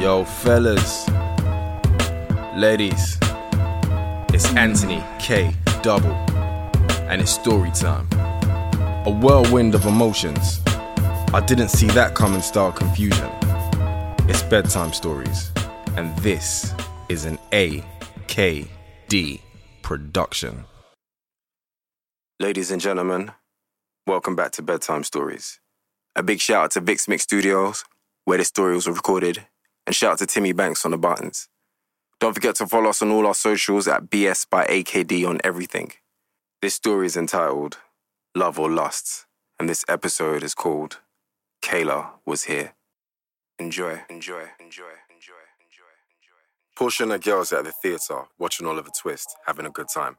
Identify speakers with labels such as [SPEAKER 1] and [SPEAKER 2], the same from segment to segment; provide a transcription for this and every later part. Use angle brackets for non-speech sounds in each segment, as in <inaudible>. [SPEAKER 1] Yo, fellas, ladies, it's Anthony K. Double, and it's story time. A whirlwind of emotions. I didn't see that coming style confusion. It's bedtime stories, and this is an AKD production. Ladies and gentlemen, welcome back to Bedtime Stories. A big shout out to Vix Mix Studios, where this story was recorded, and shout out to Timmy Banks on the buttons. Don't forget to follow us on all our socials at BS by AKD on everything. This story is entitled Love or Lust, and this episode is called Kayla Was Here. Enjoy, enjoy, enjoy, enjoy, enjoy, enjoy. Portia and the girls are at the theatre watching Oliver Twist, having a good time.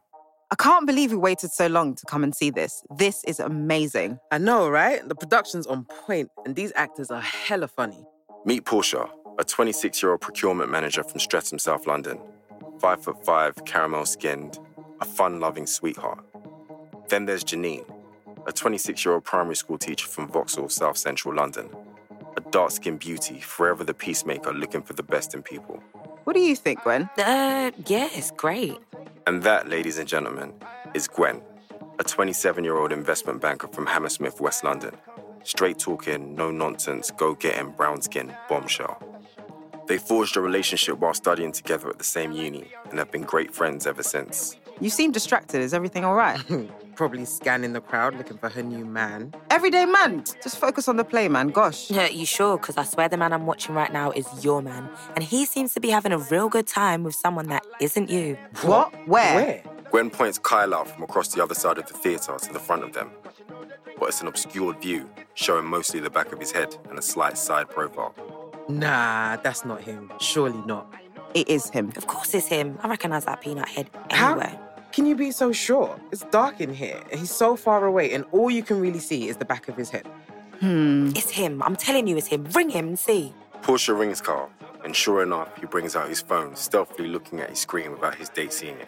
[SPEAKER 2] I can't believe we waited so long to come and see this. This is amazing.
[SPEAKER 3] I know, right? The production's on point, and these actors are hella funny.
[SPEAKER 1] Meet Portia, a 26 year old procurement manager from Streatham, South London. Five foot five, caramel skinned, a fun loving sweetheart. Then there's Janine, a 26 year old primary school teacher from Vauxhall, South Central London. A dark skinned beauty, forever the peacemaker looking for the best in people.
[SPEAKER 2] What do you think, Gwen?
[SPEAKER 4] Uh, yeah, it's great.
[SPEAKER 1] And that, ladies and gentlemen, is Gwen, a 27 year old investment banker from Hammersmith, West London. Straight talking, no nonsense, go getting, brown skin, bombshell. They forged a relationship while studying together at the same uni and have been great friends ever since.
[SPEAKER 2] You seem distracted. Is everything all right?
[SPEAKER 3] Probably scanning the crowd looking for her new man.
[SPEAKER 2] Everyday man, just focus on the play, man. Gosh.
[SPEAKER 4] Yeah, you sure? Because I swear the man I'm watching right now is your man. And he seems to be having a real good time with someone that isn't you.
[SPEAKER 2] <laughs> What? Where?
[SPEAKER 1] Gwen points Kyle out from across the other side of the theatre to the front of them, but it's an obscured view, showing mostly the back of his head and a slight side profile.
[SPEAKER 3] Nah, that's not him. Surely not.
[SPEAKER 2] It is him.
[SPEAKER 4] Of course it's him. I recognize that peanut head
[SPEAKER 3] How
[SPEAKER 4] anywhere.
[SPEAKER 3] can you be so sure? It's dark in here, and he's so far away, and all you can really see is the back of his head.
[SPEAKER 4] It's him. I'm telling you, it's him. Ring him and see.
[SPEAKER 1] Portia rings Carl, and sure enough, he brings out his phone, stealthily looking at his screen without his date seeing it.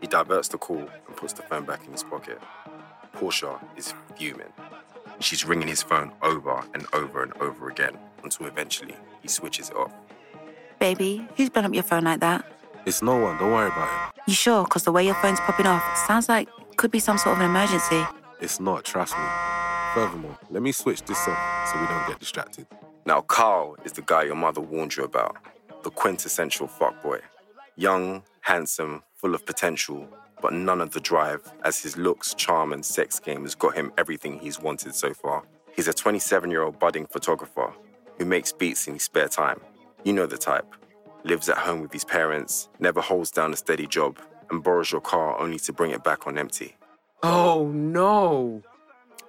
[SPEAKER 1] He diverts the call and puts the phone back in his pocket. Portia is fuming. She's ringing his phone over and over and over again until eventually he switches it off.
[SPEAKER 5] Baby, who's blown up your phone like that?
[SPEAKER 6] It's no one, don't worry about
[SPEAKER 5] You sure? Because the way your phone's popping off sounds like could be some sort of an emergency.
[SPEAKER 6] it. It's not, trust me. Furthermore, let me switch this off so we don't get distracted.
[SPEAKER 1] Now, Carl is the guy your mother warned you about, the quintessential fuckboy. Young, handsome, full of potential, but none of the drive, as his looks, charm, and sex game has got him everything he's wanted so far. He's a 27 year old budding photographer who makes beats in his spare time. You know the type. Lives at home with his parents, never holds down a steady job, and borrows your car only to bring it back on empty.
[SPEAKER 3] Oh no.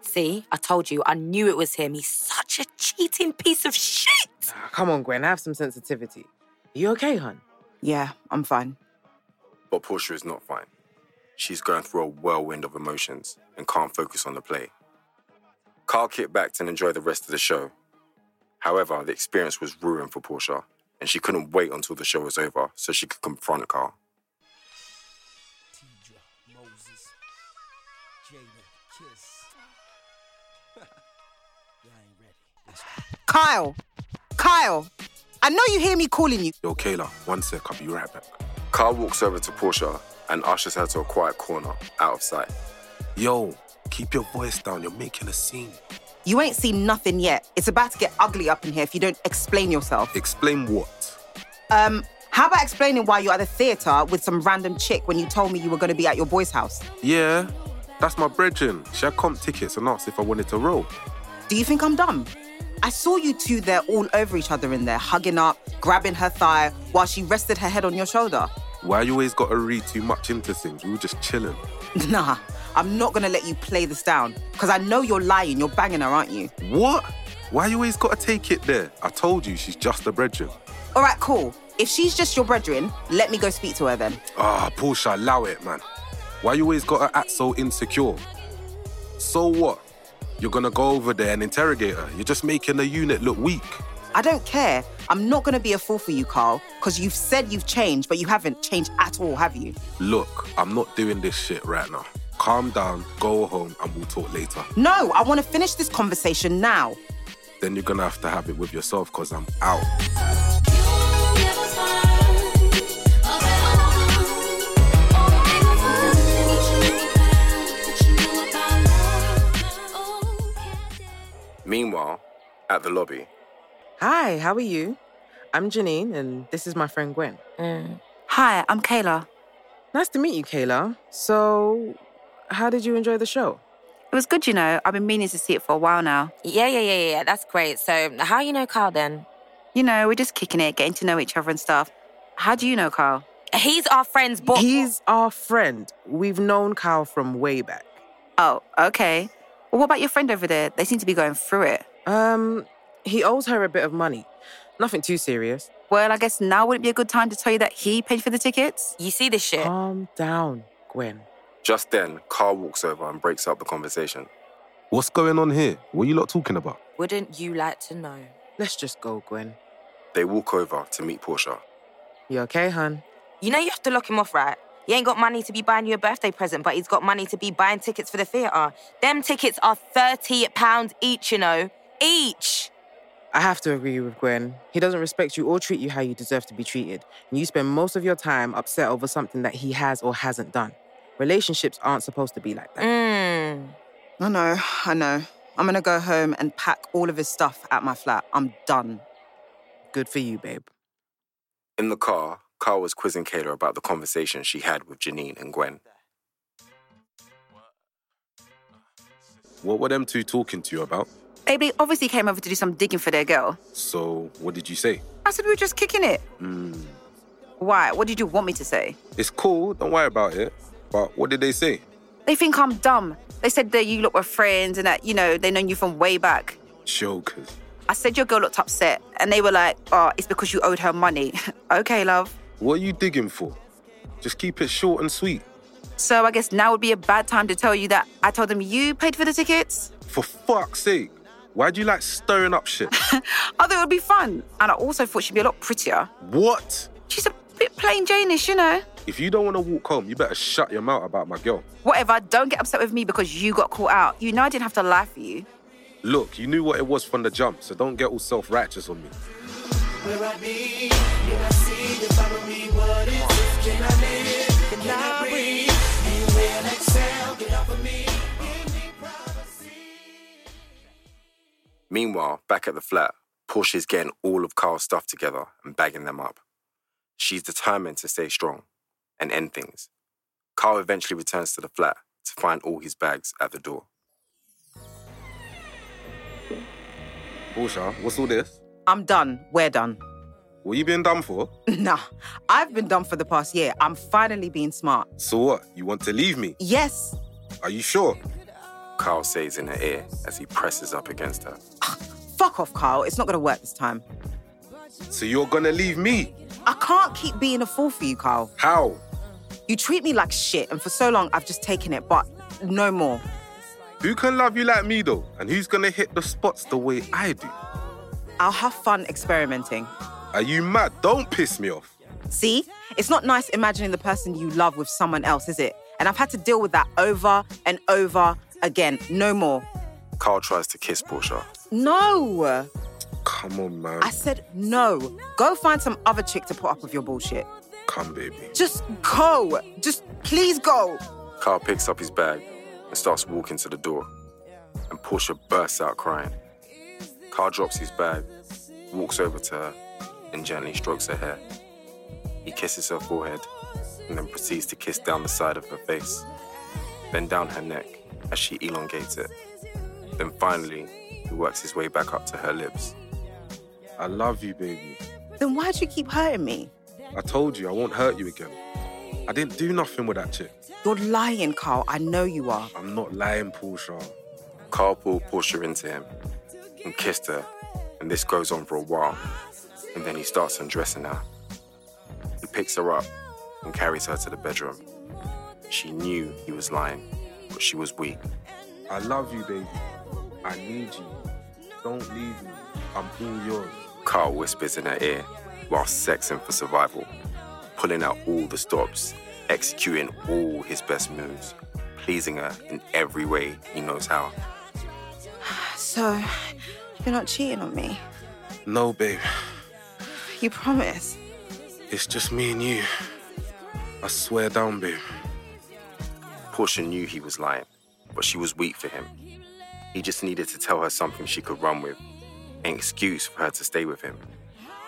[SPEAKER 4] See, I told you, I knew it was him. He's such a cheating piece of shit.
[SPEAKER 3] Ah, Come on, Gwen, have some sensitivity. You okay, hon?
[SPEAKER 2] Yeah, I'm fine.
[SPEAKER 1] But Portia is not fine. She's going through a whirlwind of emotions and can't focus on the play. Carl kicked back and enjoyed the rest of the show. However, the experience was ruined for Portia, and she couldn't wait until the show was over so she could confront Carl.
[SPEAKER 7] Tidra, Moses, Jada, Kiss. Y'all ain't ready. Let's go.
[SPEAKER 2] Kyle. Kyle. I know you hear me calling you.
[SPEAKER 6] Yo, Kayla, one sec, I'll be right back.
[SPEAKER 1] Carl walks over to Portia and ushers her to a quiet corner out of sight.
[SPEAKER 6] Yo, keep your voice down, you're making a scene.
[SPEAKER 2] You ain't seen nothing yet. It's about to get ugly up in here if you don't explain yourself.
[SPEAKER 6] Explain what?
[SPEAKER 2] Um, how about explaining why you're at the theatre with some random chick when you told me you were going to be at your boy's house?
[SPEAKER 6] Yeah, that's my brethren. She had comp tickets and asked if I wanted to roll.
[SPEAKER 2] Do you think I'm dumb? I saw you two there all over each other in there, hugging up, grabbing her thigh while she rested her head on your shoulder. <laughs>
[SPEAKER 6] Why you always gotta read too much into things? We were just chilling.
[SPEAKER 2] Nah, I'm not gonna let you play this down because I know you're lying. You're banging her, aren't you?
[SPEAKER 6] What? Why you always gotta take it there? I told you, she's just a brethren.
[SPEAKER 2] All right, cool. If she's just your brethren, let me go speak to her then.
[SPEAKER 6] Ah, Porsche, allow it, man. Why you always gotta act so insecure? So what? You're gonna go over there and interrogate her. You're just making the unit look weak.
[SPEAKER 2] I don't care. I'm not gonna be a fool for you, Carl, because you've said you've changed, but you haven't changed at all, have you?
[SPEAKER 6] Look, I'm not doing this shit right now. Calm down, go home, and we'll talk later.
[SPEAKER 2] No, I wanna finish this conversation now.
[SPEAKER 6] Then you're gonna have to have it with yourself, cause I'm out.
[SPEAKER 8] You
[SPEAKER 1] Meanwhile, at the lobby,
[SPEAKER 3] Hi, how are you? I'm Janine, and this is my friend Gwen.
[SPEAKER 5] Hi, I'm Kayla.
[SPEAKER 3] Nice to meet you, Kayla. So, how did you enjoy the show?
[SPEAKER 5] It was good, you know. I've been meaning to see it for a while now.
[SPEAKER 4] Yeah, yeah, yeah, yeah, yeah. That's great. So, how you know Carl then?
[SPEAKER 5] You know, we're just kicking it, getting to know each other and stuff. How do you know Carl?
[SPEAKER 4] He's our friend's boy.
[SPEAKER 3] He's our friend. We've known Kyle from way back.
[SPEAKER 5] Oh, okay. Well, what about your friend over there? They seem to be going through it.
[SPEAKER 3] Um, he owes her a bit of money. Nothing too serious.
[SPEAKER 5] Well, I guess now wouldn't be a good time to tell you that he paid for the tickets?
[SPEAKER 4] You see this shit?
[SPEAKER 3] Calm down, Gwen.
[SPEAKER 1] just then, Carl walks over and breaks up the conversation.
[SPEAKER 6] What's going on here? What are you lot talking about?
[SPEAKER 4] Wouldn't you like to know?
[SPEAKER 3] Let's just go, Gwen.
[SPEAKER 1] They walk over to meet Portia.
[SPEAKER 3] You okay, hun?
[SPEAKER 4] You know you have to lock him off, right? He ain't got money to be buying you a birthday present, but he's got money to be buying tickets for the theatre. Them tickets are £30 each, you know. Each.
[SPEAKER 3] I have to agree with Gwen. He doesn't respect you or treat you how you deserve to be treated. And you spend most of your time upset over something that he has or hasn't done. Relationships aren't supposed to be like that.
[SPEAKER 4] Mmm.
[SPEAKER 2] I know, I know. I'm gonna go home and pack all of his stuff at my flat. I'm done.
[SPEAKER 3] Good for you, babe.
[SPEAKER 1] In the car, Carl was quizzing Kayla about the conversation she had with Janine and Gwen.
[SPEAKER 6] What were them two talking to you about?
[SPEAKER 5] Babe, they obviously came over to do some digging for their girl.
[SPEAKER 6] So, what did you say?
[SPEAKER 5] I said we were just kicking it. Why? What did you want me to say?
[SPEAKER 6] It's cool, don't worry about it. But what did they say?
[SPEAKER 5] They think I'm dumb. They said that you lot were friends and that, you know, they known you from way back.
[SPEAKER 6] Jokers.
[SPEAKER 5] I said your girl looked upset and they were like, oh, it's because you owed her money. <laughs> okay, love.
[SPEAKER 6] What are you digging for? Just keep it short and sweet.
[SPEAKER 5] So I guess now would be a bad time to tell you that I told them you paid for the tickets. <laughs>
[SPEAKER 6] For fuck's sake, why do you like stirring up shit?
[SPEAKER 5] I thought it would be fun. And I also thought she'd be a lot prettier.
[SPEAKER 6] what?
[SPEAKER 5] She's a bit plain Janeish, you know.
[SPEAKER 6] If you don't want to walk home, you better shut your mouth about my girl.
[SPEAKER 5] Whatever, don't get upset with me because you got caught out. You know I didn't have to lie for you.
[SPEAKER 6] Look, you knew what it was from the jump, so don't get all self righteous on me.
[SPEAKER 1] Meanwhile, back at the flat, Portia's getting all of Carl's stuff together and bagging them up. She's determined to stay strong and end things. Carl eventually returns to the flat to find all his bags at the door.
[SPEAKER 6] Porsche, what's all this?
[SPEAKER 2] I'm done. We're
[SPEAKER 5] <laughs>
[SPEAKER 2] done.
[SPEAKER 6] What you being done for?
[SPEAKER 2] Nah, I've been dumb for the past year. I'm finally being smart.
[SPEAKER 6] So what? You want to leave me?
[SPEAKER 2] Yes,
[SPEAKER 6] Are you sure?
[SPEAKER 1] Carl says in her ear as he presses up against her.
[SPEAKER 2] fuck off, Carl. It's not gonna work this time.
[SPEAKER 6] So you're gonna leave me?
[SPEAKER 2] I can't keep being a fool for you, Carl.
[SPEAKER 6] How?
[SPEAKER 2] You treat me like shit, and for so long I've just taken it, but no more.
[SPEAKER 6] Who can love you like me though? And who's gonna hit the spots the way I do?
[SPEAKER 2] I'll have fun experimenting.
[SPEAKER 6] Are you mad? Don't piss me off.
[SPEAKER 2] See? It's not nice imagining the person you love with someone else, is it? And I've had to deal with that over and over again. No more.
[SPEAKER 1] Carl tries to kiss Portia.
[SPEAKER 2] No!
[SPEAKER 6] Come on, man.
[SPEAKER 2] I said no. Go find some other chick to put up with your bullshit.
[SPEAKER 6] Come, baby.
[SPEAKER 2] Just go. Just please go.
[SPEAKER 1] Carl picks up his bag and starts walking to the door, and Portia bursts out crying. Carl drops his bag, walks over to her, and gently strokes her hair. He kisses her forehead and then proceeds to kiss down the side of her face, then down her neck as she elongates it. Then finally, he works his way back up to her lips.
[SPEAKER 6] I love you, baby.
[SPEAKER 2] Then why do you keep hurting me?
[SPEAKER 6] I told you I won't hurt you again. I didn't do nothing with that chick.
[SPEAKER 2] You're lying, Carl. I know you are.
[SPEAKER 6] I'm not lying, Porsche.
[SPEAKER 1] Carl pulled Portia into him and kissed her, and this goes on for a while. And then he starts undressing her. He picks her up and carries her to the bedroom. She knew he was lying, but she was weak.
[SPEAKER 6] I love you, baby. I need you. Don't leave me. I'm all yours.
[SPEAKER 1] Carl whispers in her ear while sexing for survival, pulling out all the stops, executing all his best moves, pleasing her in every way he knows how.
[SPEAKER 2] So, you're not cheating on me.
[SPEAKER 6] No, babe.
[SPEAKER 2] You promise.
[SPEAKER 6] It's just me and you. I swear down, babe.
[SPEAKER 1] Portia knew he was lying, but she was weak for him. He just needed to tell her something she could run with, an excuse for her to stay with him.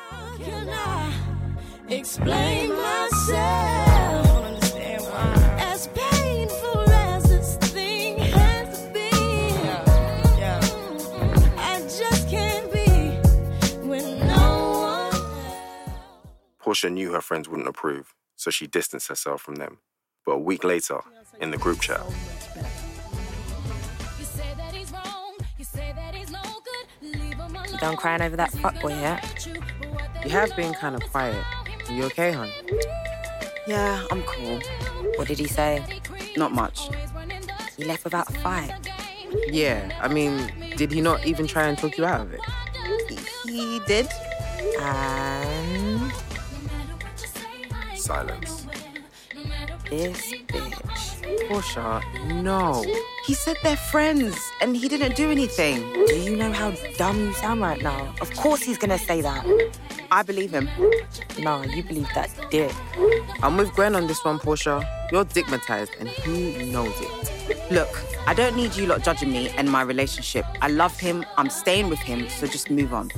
[SPEAKER 8] How can I explain myself? As painful as this thing has been, I just can't be when no one.
[SPEAKER 1] Portia knew her friends wouldn't approve, so she distanced herself from them. But a week later, in the group chat,
[SPEAKER 8] You say that he's wrong. You say that he's no good. Leave him alone.
[SPEAKER 4] You done crying over that fuckboy yet?
[SPEAKER 3] You have been kind of quiet. You okay, hon?
[SPEAKER 2] Yeah, I'm cool.
[SPEAKER 4] What did he say?
[SPEAKER 2] Not much.
[SPEAKER 4] He left without a fight.
[SPEAKER 3] Yeah, I mean, did he not even try and talk you out of it?
[SPEAKER 2] He did?
[SPEAKER 4] And
[SPEAKER 1] silence.
[SPEAKER 4] this bitch.
[SPEAKER 3] Portia, no.
[SPEAKER 2] He said they're friends and he didn't do anything.
[SPEAKER 4] Do you know how dumb you sound right now? Of course he's gonna say that.
[SPEAKER 2] I believe him.
[SPEAKER 4] Nah, you believe that dick.
[SPEAKER 3] I'm with Gwen on this one, Portia. You're digmatized, and he knows it.
[SPEAKER 2] Look, I don't need you lot judging me and my relationship. I love him. I'm staying with him, so just move on.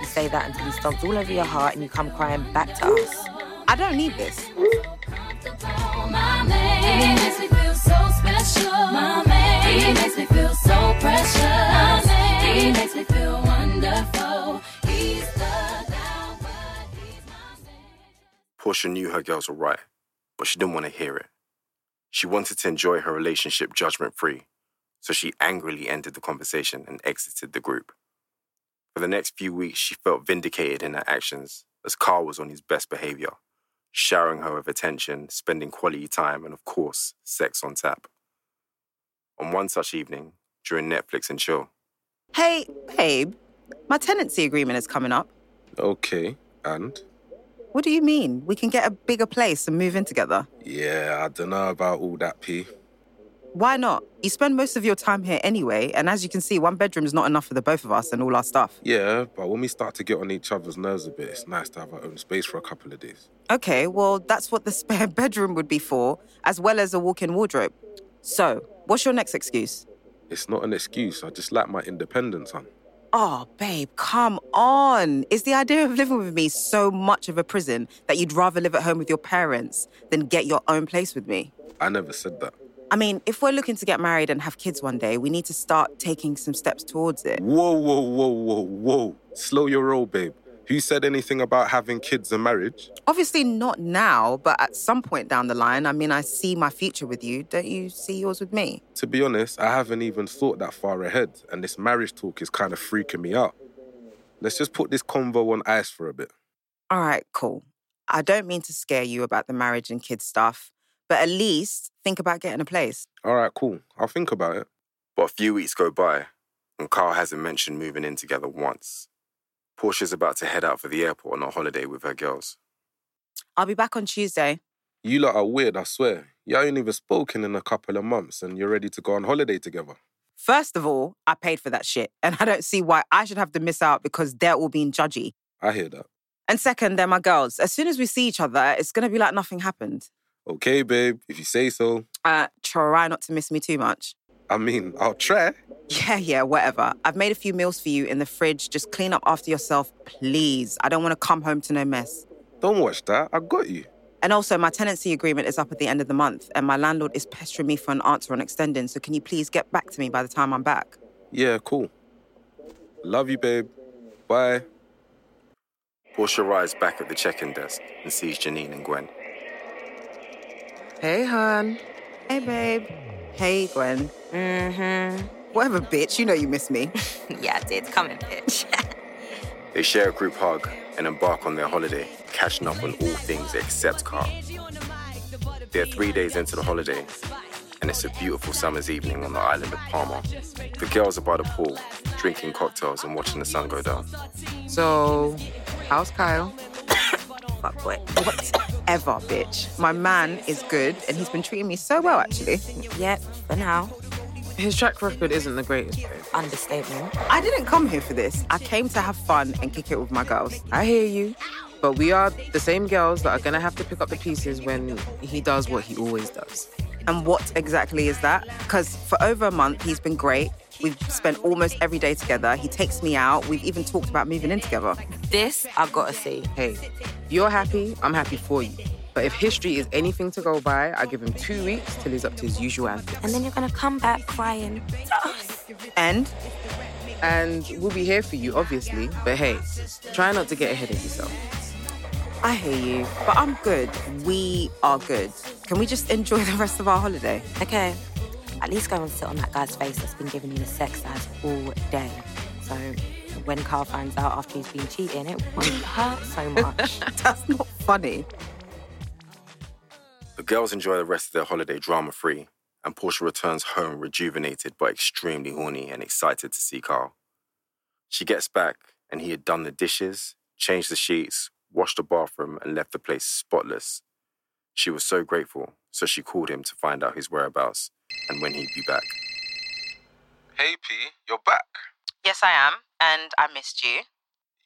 [SPEAKER 4] You say that until he stomps all over your heart and you come crying back to us. <laughs>
[SPEAKER 2] I don't need this.
[SPEAKER 8] My man, he makes me feel so special. My man, he makes me feel so precious. My man, he makes me feel wonderful. He's the down, but he's my man.
[SPEAKER 1] Portia knew her girls were right, but she didn't want to hear it. She wanted to enjoy her relationship judgment free, so she angrily ended the conversation and exited the group. For the next few weeks, she felt vindicated in her actions as Carl was on his best behavior, showering her with attention, spending quality time, and of course, sex on tap. On one such evening, during Netflix and chill,
[SPEAKER 2] Hey, babe, my tenancy agreement is coming up.
[SPEAKER 6] Okay, and?
[SPEAKER 2] What do you mean? We can get a bigger place and move in together.
[SPEAKER 6] Yeah, I don't know about all that, P.
[SPEAKER 2] Why not? You spend most of your time here anyway, and as you can see, one bedroom is not enough for the both of us and all our stuff.
[SPEAKER 6] Yeah, but when we start to get on each other's nerves a bit, it's nice to have our own space for a couple of days.
[SPEAKER 2] Okay, well, that's what the spare <laughs> bedroom would be for, as well as a walk in wardrobe. So, what's your next excuse?
[SPEAKER 6] It's not an excuse. I just like my independence, hon.
[SPEAKER 2] Oh, babe, come on. Is the idea of living with me so much of a prison that you'd rather live at home with your parents than get your own place with me?
[SPEAKER 6] I never said that.
[SPEAKER 2] I mean, if we're looking to get married and have kids one day, we need to start taking some steps towards it.
[SPEAKER 6] Whoa, whoa, whoa, whoa, whoa. Slow your roll, babe. Who said anything about having kids and marriage?
[SPEAKER 2] Obviously, not now, but at some point down the line, I mean, I see my future with you. Don't you see yours with me?
[SPEAKER 6] To be honest, I haven't even thought that far ahead, and this marriage talk is kind of freaking me out. Let's just put this convo on ice for a bit.
[SPEAKER 2] All right, cool. I don't mean to scare you about the marriage and kids stuff, but at least think about getting a place.
[SPEAKER 6] All right, cool. I'll think about it.
[SPEAKER 1] But a few weeks go by, and Carl hasn't mentioned moving in together once. Portia's about to head out for the airport on a holiday with her girls.
[SPEAKER 2] I'll be back on Tuesday.
[SPEAKER 6] You lot are weird, I swear. You ain't even spoken in a couple of months, and you're ready to go on holiday together.
[SPEAKER 2] First of all, I paid for that shit, <laughs> and I don't see why I should have to miss out because they're all being judgy.
[SPEAKER 6] I hear that.
[SPEAKER 2] And second, they're my girls. As soon as we see each other, it's gonna be like nothing happened.
[SPEAKER 6] Okay, babe, if you say so.
[SPEAKER 2] Uh, try not to miss me too much. <laughs>
[SPEAKER 6] I mean, I'll try.
[SPEAKER 2] Yeah, yeah, whatever. I've made a few meals for you in the fridge. Just clean up after yourself, please. I don't want to come home to no mess.
[SPEAKER 6] Don't watch that. I got you.
[SPEAKER 2] And also, my tenancy agreement is up at the end of the month, and my landlord is pestering me for an answer on extending. So, can you please get back to me by the time I'm back?
[SPEAKER 6] Yeah, cool. Love you, babe. Bye.
[SPEAKER 1] Portia arrives back at the check in desk and sees Janine and Gwen.
[SPEAKER 3] Hey, hon.
[SPEAKER 2] Hey, babe. Hey, Gwen.
[SPEAKER 4] Mm-hmm.
[SPEAKER 2] Whatever, bitch. You know you miss me.
[SPEAKER 4] Yeah, I did. Come in, bitch. <laughs>
[SPEAKER 1] They share a group hug and embark on their holiday, catching up on all things except Carl. They're three days into the holiday, and it's a beautiful summer's evening on the island of Palma. The girls are by the pool, drinking cocktails and watching the sun go down.
[SPEAKER 3] So, how's Kyle?
[SPEAKER 4] fuckboy.
[SPEAKER 2] Whatever, bitch. My man is good, and he's been treating me so well, actually.
[SPEAKER 4] Yep, for now.
[SPEAKER 3] His track record isn't the greatest, babe.
[SPEAKER 4] Understatement.
[SPEAKER 2] I didn't come here for this. I came to have fun and kick it with my girls.
[SPEAKER 3] I hear you. But we are the same girls that are gonna have to pick up the pieces when he does what he always does.
[SPEAKER 2] And what exactly is that? Because for over a month, he's been great. We've spent almost every day together. He takes me out. We've even talked about moving in together.
[SPEAKER 4] This I gotta see.
[SPEAKER 3] Hey, you're happy, I'm happy for you. But if history is anything to go by, I give him two weeks till he's up to his usual antics.
[SPEAKER 4] And then you're gonna come back crying.
[SPEAKER 2] And
[SPEAKER 3] And we'll be here for you, obviously. But hey, try not to get ahead of yourself.
[SPEAKER 2] I hear you, but I'm good. We are good. Can we just enjoy the rest of our holiday? <laughs>
[SPEAKER 4] Okay. At least go and sit on that guy's face that's been giving you the sex eyes all day. So when Carl finds out after he's been cheating, it won't hurt so much.
[SPEAKER 2] That's not funny.
[SPEAKER 1] The girls enjoy the rest of their holiday drama free, and Portia returns home rejuvenated but extremely horny and excited to see Carl. She gets back, and he had done the dishes, changed the sheets, washed the bathroom, and left the place spotless. She was so grateful, so she called him to find out his whereabouts and when he'd be back.
[SPEAKER 6] Hey P, you're back.
[SPEAKER 9] Yes, I am, and I missed you.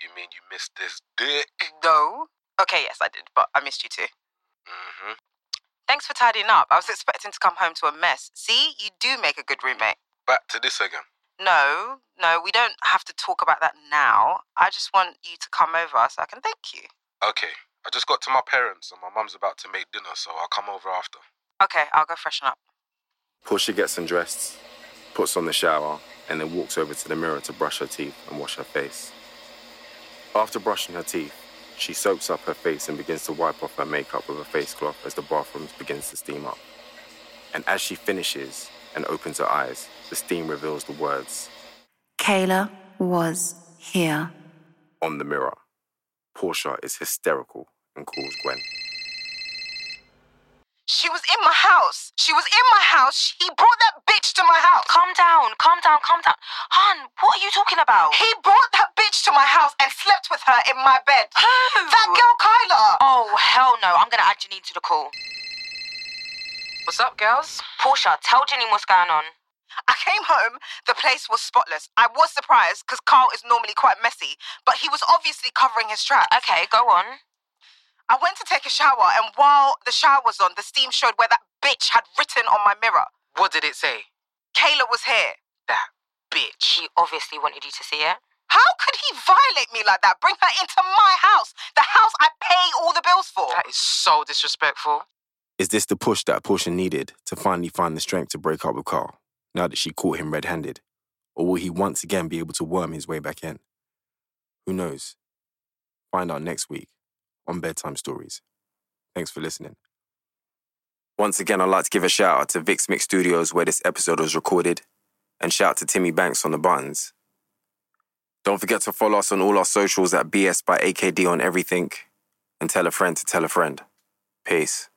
[SPEAKER 6] You mean you missed this dick?
[SPEAKER 9] No. Okay, yes, I did, but I missed you too.
[SPEAKER 6] Mm-hmm.
[SPEAKER 9] Thanks for tidying up. I was expecting to come home to a mess. See, you do make a good roommate.
[SPEAKER 6] Back to this again.
[SPEAKER 9] No, no, we don't have to talk about that now. I just want you to come over so I can thank you.
[SPEAKER 6] Okay, I just got to my parents and my mum's about to make dinner, so I'll come over after.
[SPEAKER 9] Okay, I'll go freshen up.
[SPEAKER 1] Portia gets undressed, puts on the shower, and then walks over to the mirror to brush her teeth and wash her face. After brushing her teeth, she soaps up her face and begins to wipe off her makeup with a face cloth as the bathroom begins to steam up. And as she finishes and opens her eyes, the steam reveals the words
[SPEAKER 5] Kayla was here.
[SPEAKER 1] on the mirror. Portia is hysterical and calls Gwen.
[SPEAKER 9] She was in my house. She was in my house. He brought that bitch to my house.
[SPEAKER 4] calm down, calm down, calm down. Hun, what are you talking about?
[SPEAKER 9] He brought that bitch to my house and slept with her in my
[SPEAKER 4] <gasps>
[SPEAKER 9] bed. That girl, Kyla.
[SPEAKER 4] Oh, hell no. I'm gonna add Janine to the call.
[SPEAKER 3] What's up, girls?
[SPEAKER 4] Portia, tell Janine what's going on.
[SPEAKER 9] I came home, the place was spotless. I was surprised because Carl is normally quite messy, but he was obviously covering his tracks.
[SPEAKER 4] Okay, go on.
[SPEAKER 9] I went to take a shower, and while the shower was on, the steam showed where that bitch had written on my mirror.
[SPEAKER 3] What did it say?
[SPEAKER 9] Kayla was here.
[SPEAKER 3] That bitch.
[SPEAKER 4] She obviously wanted you to see it.
[SPEAKER 9] How could he violate me like that? Bring her into my house, the house I pay all the bills for.
[SPEAKER 3] That is so disrespectful.
[SPEAKER 1] Is this the push that Portia needed to finally find the strength to break up with Carl, now that she caught him red handed? Or will he once again be able to worm his way back in? Who knows? Find out next week on Bedtime Stories. Thanks for listening. Once again, I'd like to give a shout out to Vix Mix Studios, where this episode was recorded, and shout out to Timmy Banks on the buttons. Don't forget to follow us on all our socials at BS by AKD on everything, and tell a friend to tell a friend. Peace.